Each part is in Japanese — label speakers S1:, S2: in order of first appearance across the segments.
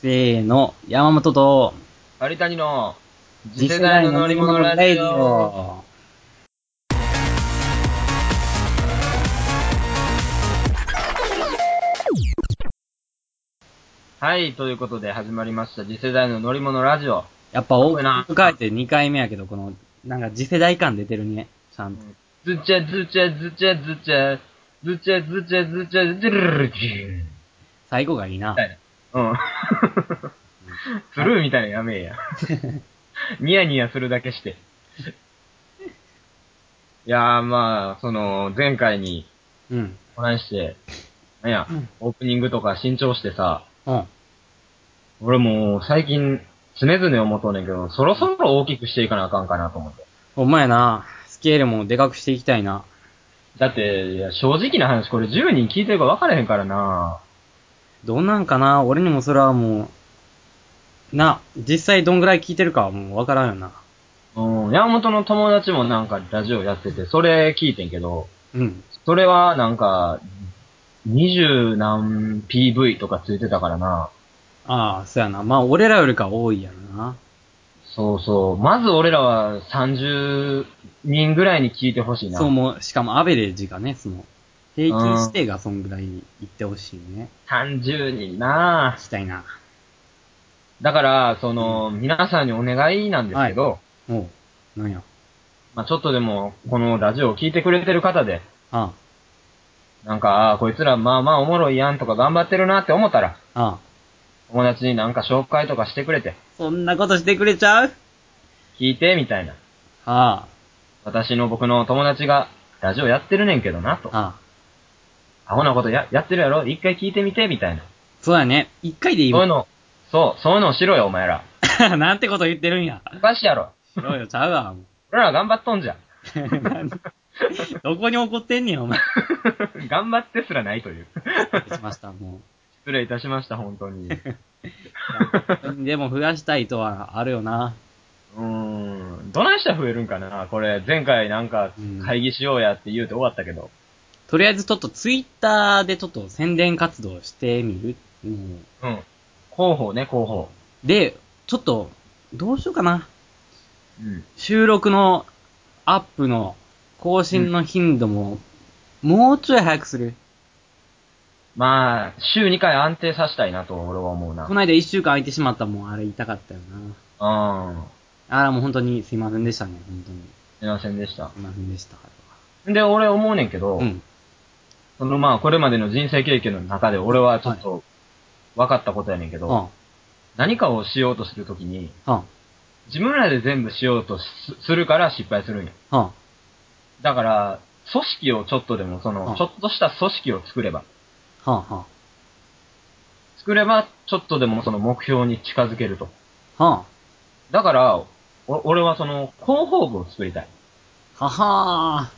S1: せーの、山本と、
S2: 有谷の次世代の乗り物ラジオ。。はい、ということで始まりました次世代の乗り物ラジオ。
S1: やっぱ、
S2: っ
S1: 大
S2: こいいな
S1: きく書いて2回目やけど、この、なんか次世代感出てるね、ちゃんと。
S2: ずちゃずちゃずちゃずちゃ、ずちゃずちゃずちゃずちゃずるるる
S1: 最後がいいな
S2: みた。いな。うん。スルーみたいなのやめえや。ニヤニヤするだけして。いやーまあ、その、前回に、
S1: うん。
S2: こないして、なんや、オープニングとか新調してさ、
S1: うん。
S2: 俺もう最近、常々思っとんねんけど、そろそろ大きくしていかなあかんかなと思って。
S1: ほんまやな。スケールもでかくしていきたいな。
S2: だって、いや正直な話、これ10人聞いてるか分からへんからな
S1: どんなんかな俺にもそれはもう、な、実際どんぐらい聞いてるかはもうわからんよな。
S2: うん、山本の友達もなんかラジオやってて、それ聞いてんけど、
S1: うん。
S2: それはなんか、20何 PV とかついてたからな
S1: ああ、そうやな。まあ、俺らよりか多いやろな。
S2: そうそう。まず俺らは30人ぐらいに聞いてほしいな。
S1: そうもう、しかもアベレージがね、その、平均指定がそんぐらいにいってほしいね。
S2: 30人な
S1: したいな。
S2: だから、その、皆さんにお願いなんですけど、
S1: おう、なんや。
S2: まあちょっとでも、このラジオを聞いてくれてる方で、
S1: あ
S2: なんか、あーこいつらまあまあおもろいやんとか頑張ってるなって思ったら、
S1: あ、ああ。
S2: 友達になんか紹介とかしてくれて、
S1: そんなことしてくれちゃう
S2: 聞いて、みたいな。
S1: あ
S2: 私の僕の友達が、ラジオやってるねんけどな、
S1: あ、
S2: と。
S1: ああ。
S2: アホなことややってるやろ一回聞いてみて、みたいな。
S1: そうやね。一回でいい
S2: そうい
S1: も。
S2: うんの、そう、そういうのをしろよ、お前ら。
S1: なんてこと言ってるんや。
S2: おかしいやろ。
S1: しろよ、ちゃうわ。もう
S2: 俺ら頑張っとんじゃん。
S1: なんでどこに怒ってんねん、お前。
S2: 頑張ってすらないという。
S1: しました、も
S2: 失礼いたしました、本当 に。う
S1: う。でも増やしたいとはあるよな。
S2: ーん。どないしたら増えるんかなこれ、前回なんか
S1: うん、
S2: 会議しようやって言うて終わったけど。
S1: とりあえずちょっとツイッターでちょっと宣伝活動してみる。うん
S2: うん。広報ね、広報。
S1: で、ちょっと、どうしようかな。
S2: うん。
S1: 収録のアップの更新の頻度も、もうちょい早くする。
S2: まあ、週2回安定させたいなと、俺は思うな。
S1: この間一週間空いてしまったもん、あれ痛かったよな。
S2: うん。
S1: あらもう本当にすいませんでしたね、本当に。
S2: すいませんでした
S1: す。いませんでした。あ
S2: で、俺思うねんけど、
S1: れはうん。
S2: そのまあ、これまでの人生経験の中で、俺はちょっと、分かったことやねんけど、
S1: うん。
S2: 何かをしようとするときに、
S1: うん。
S2: 自分らで全部しようとしするから失敗するんよ。
S1: うん。
S2: だから、組織をちょっとでも、その、
S1: うん
S2: ちょっとした組織を作れば、
S1: はんは
S2: 作れば、ちょっとでもその目標に近づけると。
S1: ん。はん。
S2: だから、お俺はその、広報部を作りたい。
S1: はは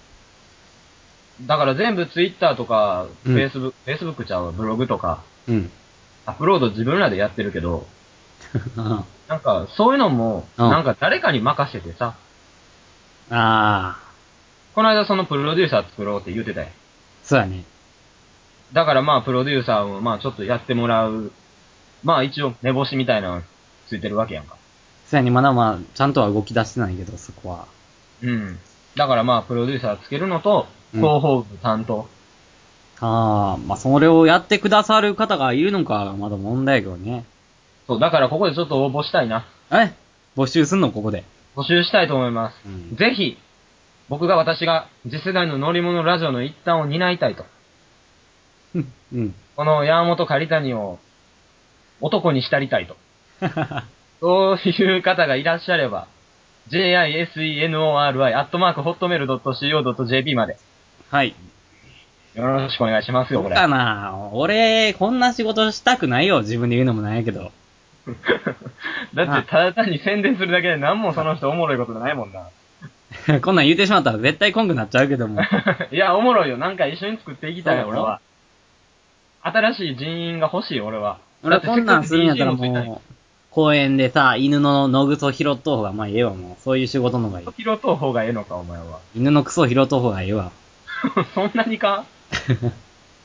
S2: だから全部ツイッターとか、
S1: う
S2: フ
S1: ん
S2: ェイスブック、フェイスブックちゃうわブログとか、
S1: ー。うん。
S2: アップロード自分らでやってるけど、
S1: あ
S2: なんか、そういうのも、
S1: うん
S2: なんか誰かに任せてさ、
S1: あ
S2: この間そのプロデューサー作ろうって言ってたよ。
S1: ー。そうやね。
S2: だからまあ、プロデューサーをまあ、ちょっとやってもらう。まあ、一応、寝星みたいなのついてるわけやんか。
S1: そうやね。まだまあ、ちゃんとは動き出してないけど、そこは。
S2: うん。だからまあ、プロデューサーつけるのと、
S1: うん
S2: 広報部担当。
S1: ああ、まあ、それをやってくださる方がいるのか、まだ問題やけどね。
S2: そう、だからここでちょっと応募したいな。
S1: え募集すんの、ここで。
S2: 募集したいと思います。
S1: うん
S2: ぜひ、僕が私が次世代の乗り物ラジオの一端を担いたいと。
S1: うん。
S2: この山本狩谷を男にしたりたいと。そういう方がいらっしゃれば、jisenori.hotmail.co.jp まで。
S1: はい。
S2: よろしくお願いしますよ、
S1: ど
S2: こ
S1: う
S2: れ。
S1: かな俺、こんな仕事したくないよ。自分で言うのもなんやけど。
S2: だって、ただ単に宣伝するだけで何もその人おもろいことないもんな。
S1: こんなん言うてしまったら絶対コングなっちゃうけども。
S2: いや、おもろいよ。なんか一緒に作っていきたい、
S1: そう
S2: 俺は。新しい人員が欲しい、俺は。
S1: 俺こんなんするんやったら
S2: だってせっかく DJ もつい
S1: もう、公園でさ、犬の野ぐそ拾っとう方がまあええわ、もう。そういう仕事の方がいい
S2: たい。。拾っとう方がええのか、お前は。
S1: 犬のクソ拾っとう方がええわ。
S2: そんな にか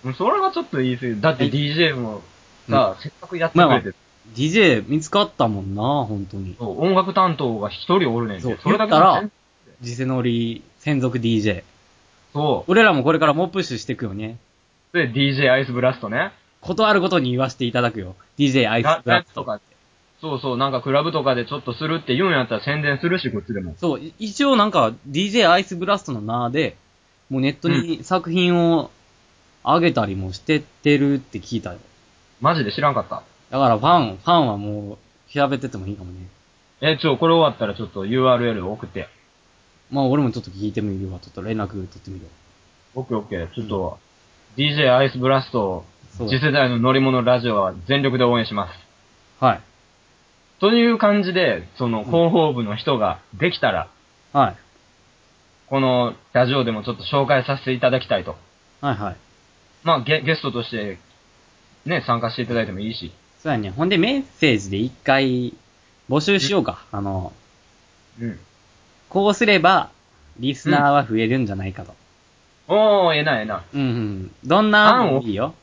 S2: うんそれはちょっと言い過ぎる。だって DJ もさ、せっかくやって
S1: まあ
S2: く
S1: ま
S2: れ
S1: あ
S2: て、、
S1: DJ 見つかったもんな、本当に。
S2: そう、音楽担当が一人おるねんて
S1: そう
S2: それだけで
S1: 言ったら
S2: 全
S1: 次世乗り専属 DJ。
S2: そう。
S1: 俺らもこれから猛プッシュしていくよね。
S2: で、DJ アイスブラストね。
S1: ことあることに言わせていただくよ。DJ アイスブラッ
S2: ラ
S1: ク
S2: と
S1: と。
S2: か。そうそう、なんかクラブとかでちょっとするって言うんやったら宣伝するし、こっちでも。
S1: そう、い一応なんか DJ アイスブラストの名で、もうネットに作品を上げたりもしてってるって聞いたよ。
S2: マジで知らんかった。
S1: だからファン、ファンはもう調べててもいいかもね。
S2: え、ちょ、これ終わったらちょっと URL 送って。
S1: まあ俺もちょっと聞いてみるわ。ちょっと連絡取ってみるわ。
S2: オッケーオッケー。ちょっと、DJ アイスブラスト、
S1: そう
S2: 次世代の乗り物ラジオは全力で応援します。
S1: はい。
S2: という感じで、その広報部の人ができたら、
S1: はい。
S2: このラジオでもちょっと紹介させていただきたいと。
S1: はいはい。
S2: まあゲゲストとして、ね、参加していただいてもいいし。
S1: そうやね。ほんでメッセージで一回募集しようか。あの、
S2: うん。
S1: こうすれば、リスナーは増えるんじゃないかと。
S2: おー、ええな、ええな。
S1: うん、うん、どんな案もいいよ。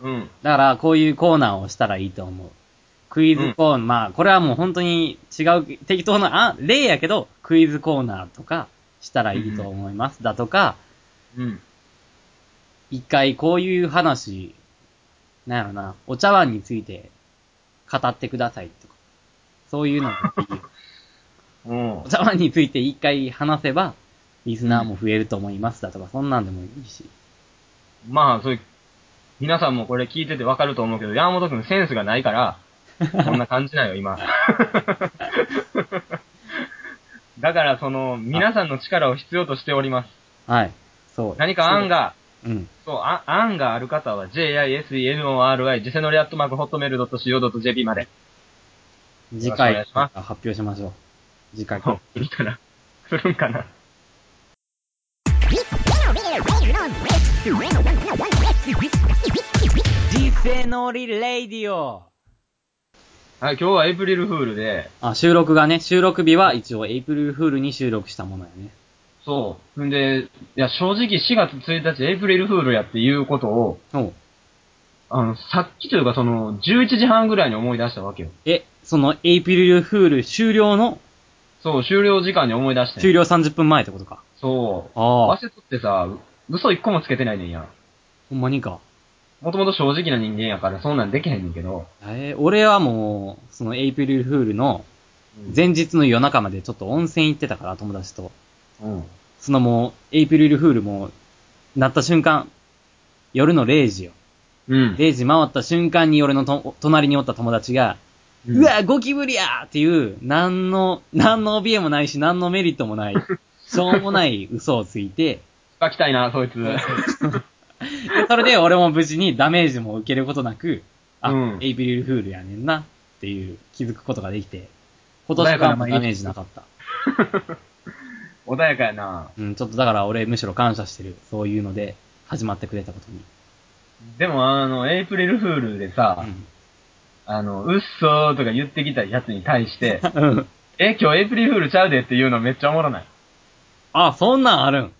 S2: うん。
S1: だから、こういうコーナーをしたらいいと思う。クイズコーナー、まあ、これはもう本当に違う、適当な、あ、例やけど、クイズコーナーとかしたらいいと思います。だとか、
S2: うん。
S1: 一回こういう話、なんやろな、お茶碗について語ってくださいとか、そういうの もいいよ
S2: お
S1: お
S2: ー。
S1: 茶碗について一回話せば、リスナーも増えると思いますだとか、そんなんでもいいし。
S2: まあ、そういう、皆さんもこれ聞いててわかると思うけど、山本くんセンスがないから、 こんな感じなんよ、 今。だから、その、皆さんの力を必要としております。
S1: はい。そう。
S2: 何か案が、
S1: うん。
S2: そう、あ案がある方は、jisenori ジセノリアットマークホットメール .co.jp まで。
S1: 次
S2: よろ
S1: 回
S2: しくお願いしま
S1: 発表しましょう。次回。
S2: そういいかな。するんかな。
S1: 人生のりレイディオ
S2: はい、今日はエイプリルフールで、
S1: あ、収録がね、収録日は一応エイプリルフールに収録したものやね。
S2: そう。んで、いや、正直4月1日エイプリルフールやっていうことを、
S1: そう。
S2: あの、さっきというかその、11時半ぐらいに思い出したわけよ。
S1: え、そのエイプリルフール終了の、
S2: そう、終了時間に思い出して。
S1: 終了30分前ってことか。
S2: そう。
S1: あ
S2: 忘れ
S1: あ、
S2: とってさ、嘘一個もつけてないねんや。
S1: ほんまにか。
S2: もともと正直な人間やから、そんなんできへんねんけど。
S1: えー俺はもう、そのエイプリルフールの前日の夜中までちょっと温泉行ってたから、友達と。
S2: うん。
S1: そのもう、エイプリルフールも、なった瞬間、夜の0時よ。
S2: うん。
S1: 0時回った瞬間に俺のと隣におった友達が、
S2: ん
S1: うわ、ゴキブリやーっていう、何の、何の怯えもないし、何のメリットもない、しょうもない嘘をついて、
S2: 書きたいな、 そいつ。
S1: それで俺も無事にダメージも受けることなく、あ、
S2: うん
S1: エイプリルフールやねんな、っていう気づくことができて、今年からもダメージなかった。
S2: 穏やかやな。
S1: うん、ちょっとだから俺むしろ感謝してる。そういうので、始まってくれたことに。
S2: でも、あの、エイプリルフールで
S1: う
S2: さ、
S1: ん。
S2: あの、うっそーとか言ってきたやつに対して、
S1: うん。
S2: え、今日エイプリルフールちゃうでっていうのめっちゃおもろない。
S1: あ、そんなんあるん。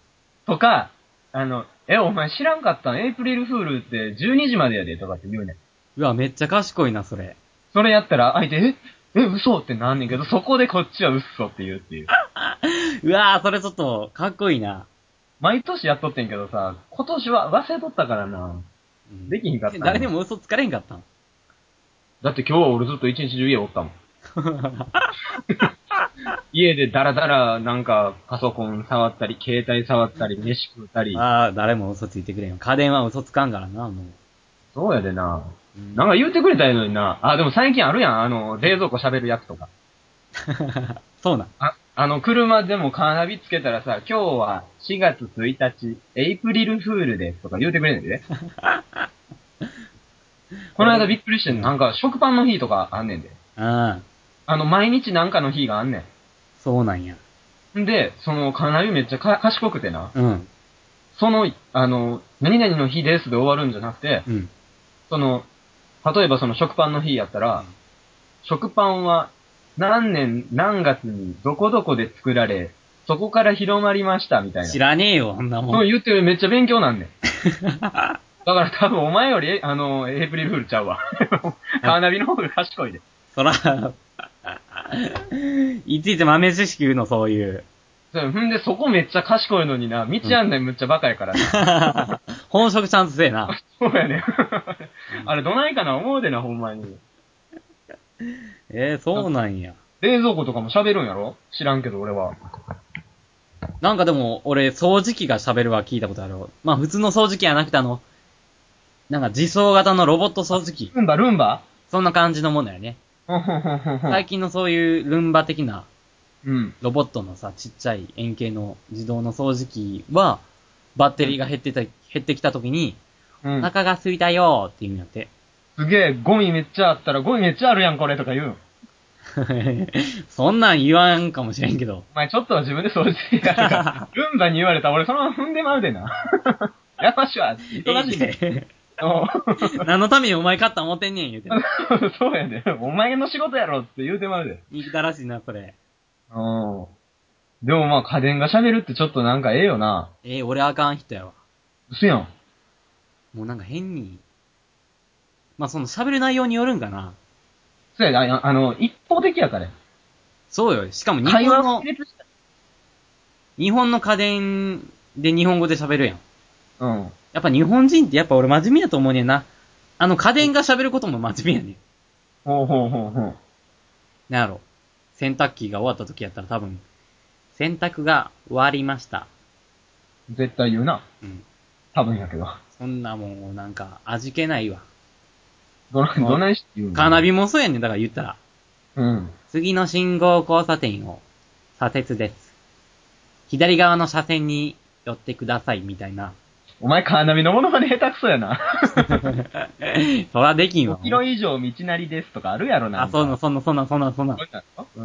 S2: とか、あの、え、お前知らんかったんエイプリルフールって12時までやでとかって言うねん。
S1: うわ、めっちゃ賢いな、それ。
S2: それやったら相手、え、え、嘘ってなんねんけど、そこでこっちは嘘って言うっていう。
S1: うわー、それちょっと、かっこいいな。
S2: 毎年やっとってんけどさ、今年は忘れとったからな。
S1: うん
S2: できひんかったな
S1: 誰でも嘘つかれんかったん。
S2: だって今日は俺ずっと一日中家お ったもん。家でダラダラなんかパソコン触ったり、携帯触ったり、飯食ったり。
S1: ああ、誰も嘘ついてくれんよ。家電は嘘つかんからな、もう。
S2: そうやでな。
S1: うん
S2: なんか言うてくれたらいいのにな。あ、でも最近あるやん。あの、冷蔵庫喋るやつとか。
S1: そうなん。
S2: あ、あの、車でもカーナビつけたらさ、今日は4月1日、エイプリルフールですとか言うてくれんねんで。この間びっくりしてんなんか食パンの日とかあんねんで。
S1: ああ、
S2: あの、毎日なんかの日があんね
S1: そうなんや。
S2: ん。んで、その、カーナビめっちゃか賢くてな。
S1: うん。
S2: その、あの、何々の日ですで終わるんじゃなくて、
S1: うん。
S2: その、例えばその食パンの日やったら、食パンは何年何月にどこどこで作られ、そこから広まりましたみたいな。
S1: 知らねえよ、そんなも。
S2: そうん 言ってるめっちゃ勉強なんねん。だから多分お前より、えあの、エイプリルフールちゃ うわ。カーナビの方が賢いで。
S1: そら、いちいち豆知識言うの、そういう。
S2: そうほんで、そこめっちゃ賢いのにな、道案内むっちゃバカやからな。
S1: 本職ちゃんとせえな。
S2: そうやね。あれ、どないかな思うでな、ほんまに。
S1: えー、そうなんや。
S2: 冷蔵庫とかも喋るんやろ知らんけど、俺は。
S1: なんかでも、俺、掃除機が喋るは聞いたことある。まあ、普通の掃除機じゃなくて、あの、なんか自走型のロボット掃除機。
S2: ルンバ、ルンバ
S1: そんな感じのものやね。最近のそういうルンバ的な
S2: うん。
S1: ロボットのさ、ちっちゃい円形の自動の掃除機は、バッテリーが減ってた、減ってきた時に、
S2: う
S1: お
S2: ん。
S1: 腹が空いたよーって言うんやって。
S2: すげえ、ゴミめっちゃあったら、ゴミめっちゃあるやん、これとか言うん。
S1: そんなん言わんかもしれんけど。
S2: お前ちょっとは自分で掃除してや るから、ルンバに言われたら俺そのまま踏んでまうでな。やましは、忙しいね。おう
S1: 何のためにお前勝った思ってんねん言うて。
S2: そうやで。お前の仕事やろって言うてまうで。
S1: 憎たらしいな、それ。
S2: うん。でもまあ家電が喋るってちょっとなんかええよな。
S1: えー、俺あかん人やわ。
S2: 嘘やん。
S1: もうなんか変に。まあ、その喋る内容によるんかな。
S2: そうやで、ああの、一方的やからや。
S1: そうよ。しかも日
S2: 会話
S1: 本
S2: を
S1: の
S2: 成、立した。
S1: 日本の家電で日本語で喋るやん。
S2: うん。
S1: やっぱ日本人ってやっぱ俺真面目やと思うねんな。あの家電が喋ることも真面目やねん。
S2: ほうほうほうほう。
S1: なんやろ。洗濯機が終わった時やったら多分、洗濯が終わりました。
S2: 絶対言うな。
S1: うん。
S2: 多分やけど。
S1: そんなもん、なんか、味気ないわ。
S2: どな、どないして言うの
S1: カーナビもそうやねん、だから言ったら。
S2: うん。
S1: 次の信号交差点を、左折です。左側の車線に寄ってください、みたいな。
S2: お前カーナビのものまで下手くそやな。
S1: そらできんわ
S2: 5。キロ以上道なりですとかあるやろな。
S1: あ、そんな、
S2: そ
S1: そんな、そんな、そんな、そんな。
S2: うなのうん。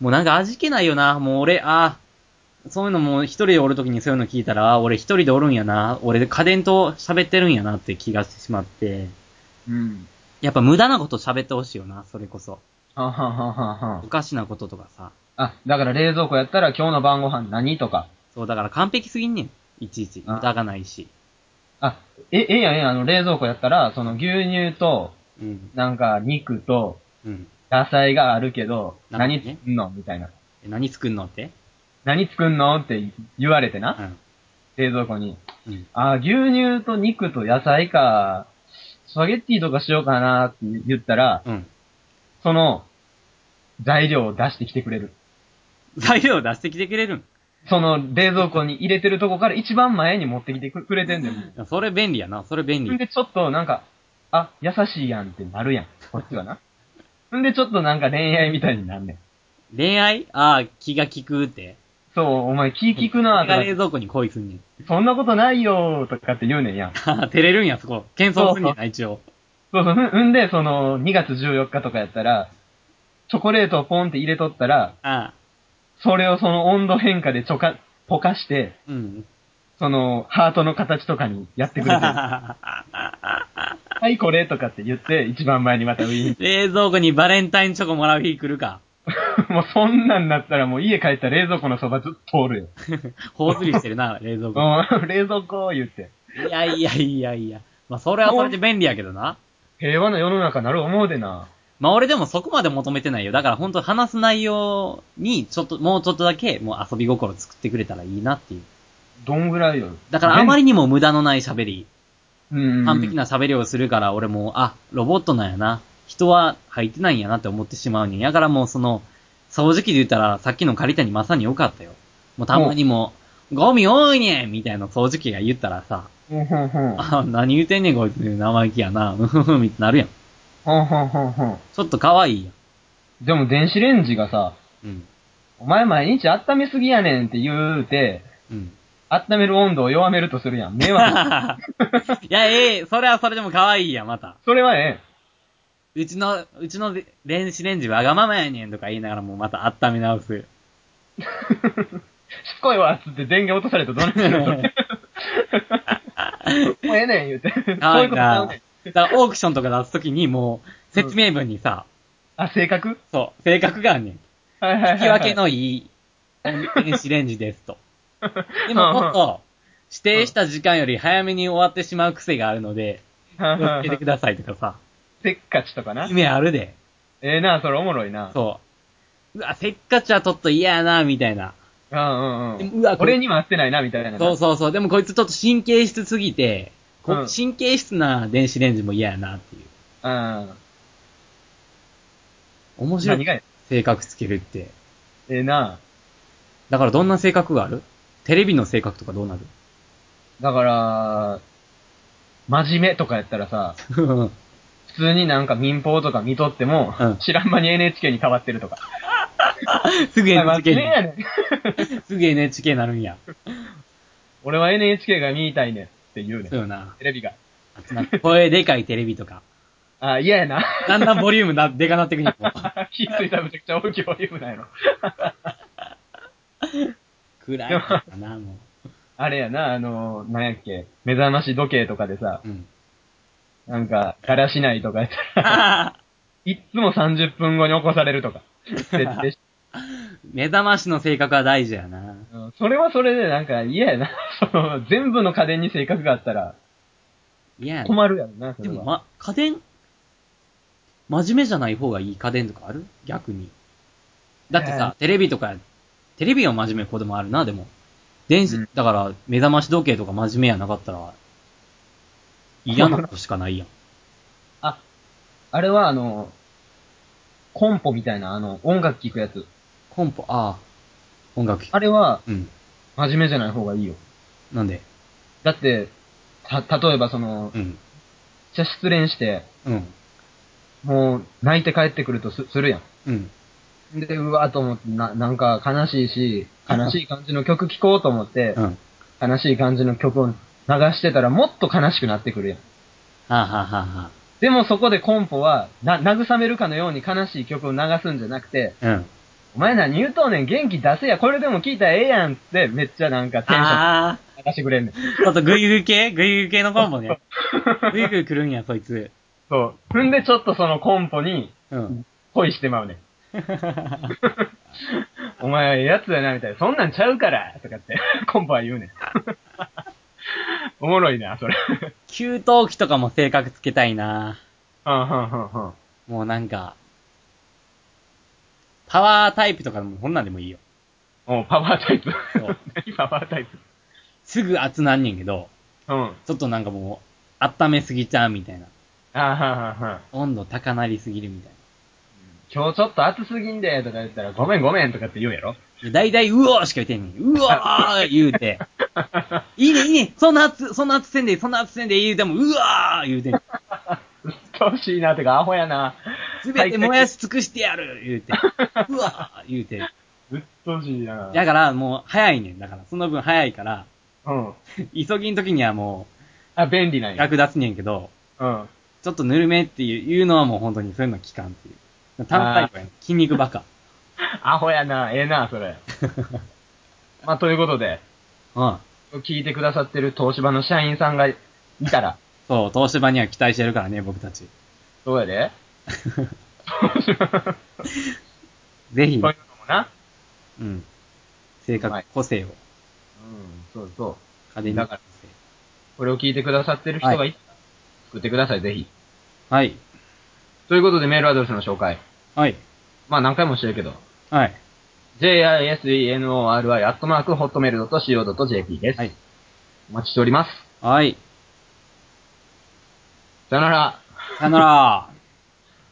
S1: もうなんか味気ないよな。もう俺、あーそういうのも一人でおるときにそういうの聞いたら、あー俺一人でおるんやな。俺家電と喋ってるんやなって気がしてしまって。
S2: うん。
S1: やっぱ無駄なこと喋ってほしいよな、それこそ。
S2: はんはんはんはんは
S1: お
S2: ん。
S1: かしなこととかさ。
S2: あ、だから冷蔵庫やったら今日の晩ご飯何とか。
S1: そう、だから完璧すぎんねん。いちいち。
S2: あ
S1: 無駄がないし。
S2: あ、え、ええやんええやん。あの冷蔵庫やったら、その牛乳と、
S1: うん。
S2: なんか肉と、
S1: うん。
S2: 野菜があるけど、
S1: なんか
S2: 何
S1: ね
S2: 作んのみたいな。
S1: え何作んのって
S2: 何作んのって言われて
S1: う
S2: な。
S1: ん。
S2: 冷蔵庫に。
S1: うん。
S2: あ、牛乳と肉と野菜か、スパゲッティとかしようかなって言ったら、
S1: うん。
S2: その、材料を出してきてくれる。
S1: 材料出してきてくれるん。
S2: その冷蔵庫に入れてるとこから一番前に持ってきてくれてんだよ。
S1: それ便利やな。それ便
S2: ん
S1: 利。
S2: でちょっとなんか、あ、優しいやんってなるやん。こっちはな。んでちょっとなんか恋愛みたいになんねん。
S1: 恋愛ああ、気が利くって。
S2: そう、お前気聞くな
S1: 気が冷
S2: ーとか、
S1: 蔵庫に恋すんねん。
S2: そんなことないよーとかって言うねんやん。
S1: あー照れるんや、そこ。謙遜すんねんな、一応。
S2: そうそう、ふんで、その、2月14日とかやったら、チョコレートをポンって入れとったら、
S1: ああ。
S2: それをその温度変化でちょか、ぽかして、
S1: うん。
S2: その、ハートの形とかにやってくれてる。 はい、これとかって言って、一番前にまたウィー
S1: 冷蔵庫にバレンタインチョコもらう日来るか。
S2: ン。 もうそんなんなったらもう家帰ったら冷蔵庫のそばずっと通るよ。
S1: 頬ずりしてる な、冷蔵庫。
S2: うん、冷蔵庫言って。
S1: いやいやいやいや。まあ、それはそれで便利やけどな。
S2: 平和な世の中なる思うでな。
S1: まあ、俺でもそこまで求めてないよ。だから本当話す内容に、ちょっと、もうちょっとだけ、もう遊び心作ってくれたらいいなっていう。
S2: どんぐらいよ。
S1: だからあまりにも無駄のない喋り、
S2: うん、
S1: 完璧。な喋りをするから、俺も、あ、ロボットなんやな。人は入ってないんやなって思ってしまうねん。やからもうその、掃除機で言ったら、さっきの借りたにまさに良かったよ。もうたまにも、ゴミ多いねんみたいな掃除機が言ったらさ、
S2: ほんほんほん。
S1: あ、何言うてんねんこいつ、生意気やな、う ふふ、みたいになるやん。ち
S2: ほんほんほんほん。
S1: ょっと可愛いやん。
S2: でも電子レンジがさ、
S1: うん。
S2: お前毎日温めすぎやねんって言うて、
S1: うん。
S2: 温める温度を弱めるとするやん。迷惑。
S1: いや、ええそれはそれでも可愛いやん、また。
S2: それはえ
S1: うちの、うちの電子レンジわがままやねんとか言いながらもうまた温め直す。
S2: え。しつこいわっつって電源落とされたらどうなる のもうええねん言うて。そ
S1: 可
S2: うい
S1: 愛
S2: う
S1: い
S2: こと
S1: な
S2: なねん。
S1: だからオークションとか出すときにもう、説明文にさ、
S2: あ、性格
S1: そう、性格があんねん。
S2: はい はいはいはい。
S1: 引き分けのいい電子レンジですと。でも、もっと、指定した時間より早めに終わってしまう癖があるので、気をつけてく
S2: せ
S1: ださいとかさ、
S2: っかちとかな。
S1: 夢あるで。
S2: ええな、それおもろいな。
S1: そう。うわ、せっかちはちょっと嫌やな、みたいな。
S2: うんうん
S1: で
S2: う
S1: も
S2: ん。
S1: うわこれ
S2: 俺には合ってないな、みたいなな。
S1: そうそうそう。でもこいつちょっと神経質すぎて、こ
S2: うん
S1: 神経質な電子レンジも嫌やなっていう。
S2: うん。
S1: 面白
S2: 何
S1: い
S2: がえ
S1: 性格つけるって。
S2: えな。
S1: だからどんな性格があるテレビの性格とかどうなる
S2: だから、真面目とかやったらさ、
S1: うん
S2: 普通になんか民放とか見とっても、
S1: うん
S2: 知らん間に NHK に変わってるとか。
S1: すぐ
S2: あ真
S1: NHK
S2: 面目や
S1: に、
S2: ねん。
S1: すぐ NHK になるんや。
S2: 俺は NHK が見たいねんって言うねん
S1: そう。よな。
S2: テレビが。
S1: なんか声でかいテレビとか。
S2: あ、嫌やな。
S1: だんだんボリュームな、でかなってくるんやもう
S2: 気づいたらめちゃくちゃ大きいボリュームなんやろ。
S1: 暗いかな、も
S2: あれやな、あの、なんやっけ、目覚まし時計とかでさ
S1: う。、うん。
S2: なんか、だらしないとかやったら、いっつも30分後に起こされる とか。設定し
S1: 目覚ましの性格は大事やな。
S2: うんそれはそれでなんか嫌やな。 その、全部の家電に性格があったら
S1: いや
S2: 困るやろな、そ
S1: で
S2: れは。
S1: も、ま、家電、真面目じゃない方がいい家電とかある逆に。だってさ、テレビとか、テレビは真面目子供あるな、でも。電子、
S2: うん
S1: だから、目覚まし時計とか真面目やなかったら、嫌なことしか ないやん。
S2: あ、あれはあの、コンポみたいな、あの、音楽聴くやつ。
S1: コンポ、ああ、音楽聴く。
S2: あれは、
S1: うん。
S2: 真面目じゃない方がいいよ。
S1: なんで
S2: だって、た、例えばその
S1: う、ん。
S2: じゃあ失恋して、
S1: うん。
S2: もう、泣いて帰ってくるとすするや
S1: うん。
S2: ん。で、うわーと思って、な、なんか悲しいし、悲しい感じの曲聴こうと思って
S1: う、ん。は
S2: 悲しい感じの曲を流してたらもっと悲しくなってくるやん。
S1: あ、はあはあは
S2: でもそこでコンポは、な、慰めるかのように悲しい曲を流すんじゃなくて、
S1: あ、うん。
S2: お前何言うとんねん、元気出せや、これでも聞いたらええやんって、めっちゃなんかテンション
S1: ああ、
S2: 上がしてくれんねん。
S1: ちょっとグイグイ系グイグイ系のコンボね。グイグイ来るんや、そいつ。
S2: そう。踏んでちょっとそのコンポに
S1: うん。
S2: 恋してまうねん。お前ええやつだな、みたいな。そんなんちゃうからとかって、コンポは言うねん。おもろいな、それ。
S1: 給湯器とかも性格つけたいな
S2: うん、うん、うん、うん。
S1: もうなんか、パワータイプとかもこんなんでもいいよ。
S2: おうパワータイプ。
S1: そう
S2: 何 パワータイプ
S1: すぐ熱なんねんけど、
S2: うん。あ
S1: ちょっとなんかもう、温めすぎちゃうみたいな。
S2: ーはんはんはん。
S1: 温度高なりすぎるみたい
S2: 今日ちょっと暑すぎんで、とか言ったら、ごめんごめんとかって言うやろ。
S1: な。で、大体、うおーしか言ってんねん。うおー言うて。いいね、いいね、そんな熱、そんな熱せんでいい、そんな熱せんでいい言うても、うわー言うてんねん。
S2: うっとうしいな、てかアホやな。
S1: すべて燃やし尽くしてやる言うて。うわー言うて。
S2: うっとうしいな。
S1: だからもう、早いねん。だから、その分早いから、
S2: うん。
S1: 急ぎん時にはも
S2: あ、便利なん
S1: う、
S2: や。
S1: 役立つねんけど、
S2: うん。
S1: ちょっとぬるめっていういうのはもう本当にそういうの期間っていう。単体は筋肉バ カ。
S2: アホやな、ええな、そ れ。まあ、ということで、
S1: うん。
S2: 聞いてくださってる東芝の社員さんがいたら、
S1: そう、東芝には期待してるからね、僕たち。
S2: どうや で東芝そう
S1: ぜ
S2: いう
S1: ひ
S2: の、もな。
S1: うん。性
S2: うま
S1: 格
S2: い、
S1: 個性を、
S2: うん、そうそう。
S1: 家電に
S2: だからこれを聞いてくださってる人がいたら、作ってください、ぜひ。
S1: はい。
S2: ということで、メールアドレスの紹介。
S1: はい。
S2: まあ、何回もしてるけど。
S1: はい。
S2: jisenori.hotmail.co.jp です。
S1: はい。
S2: お待ちしております。
S1: はい。
S2: さよなら。
S1: さよなら。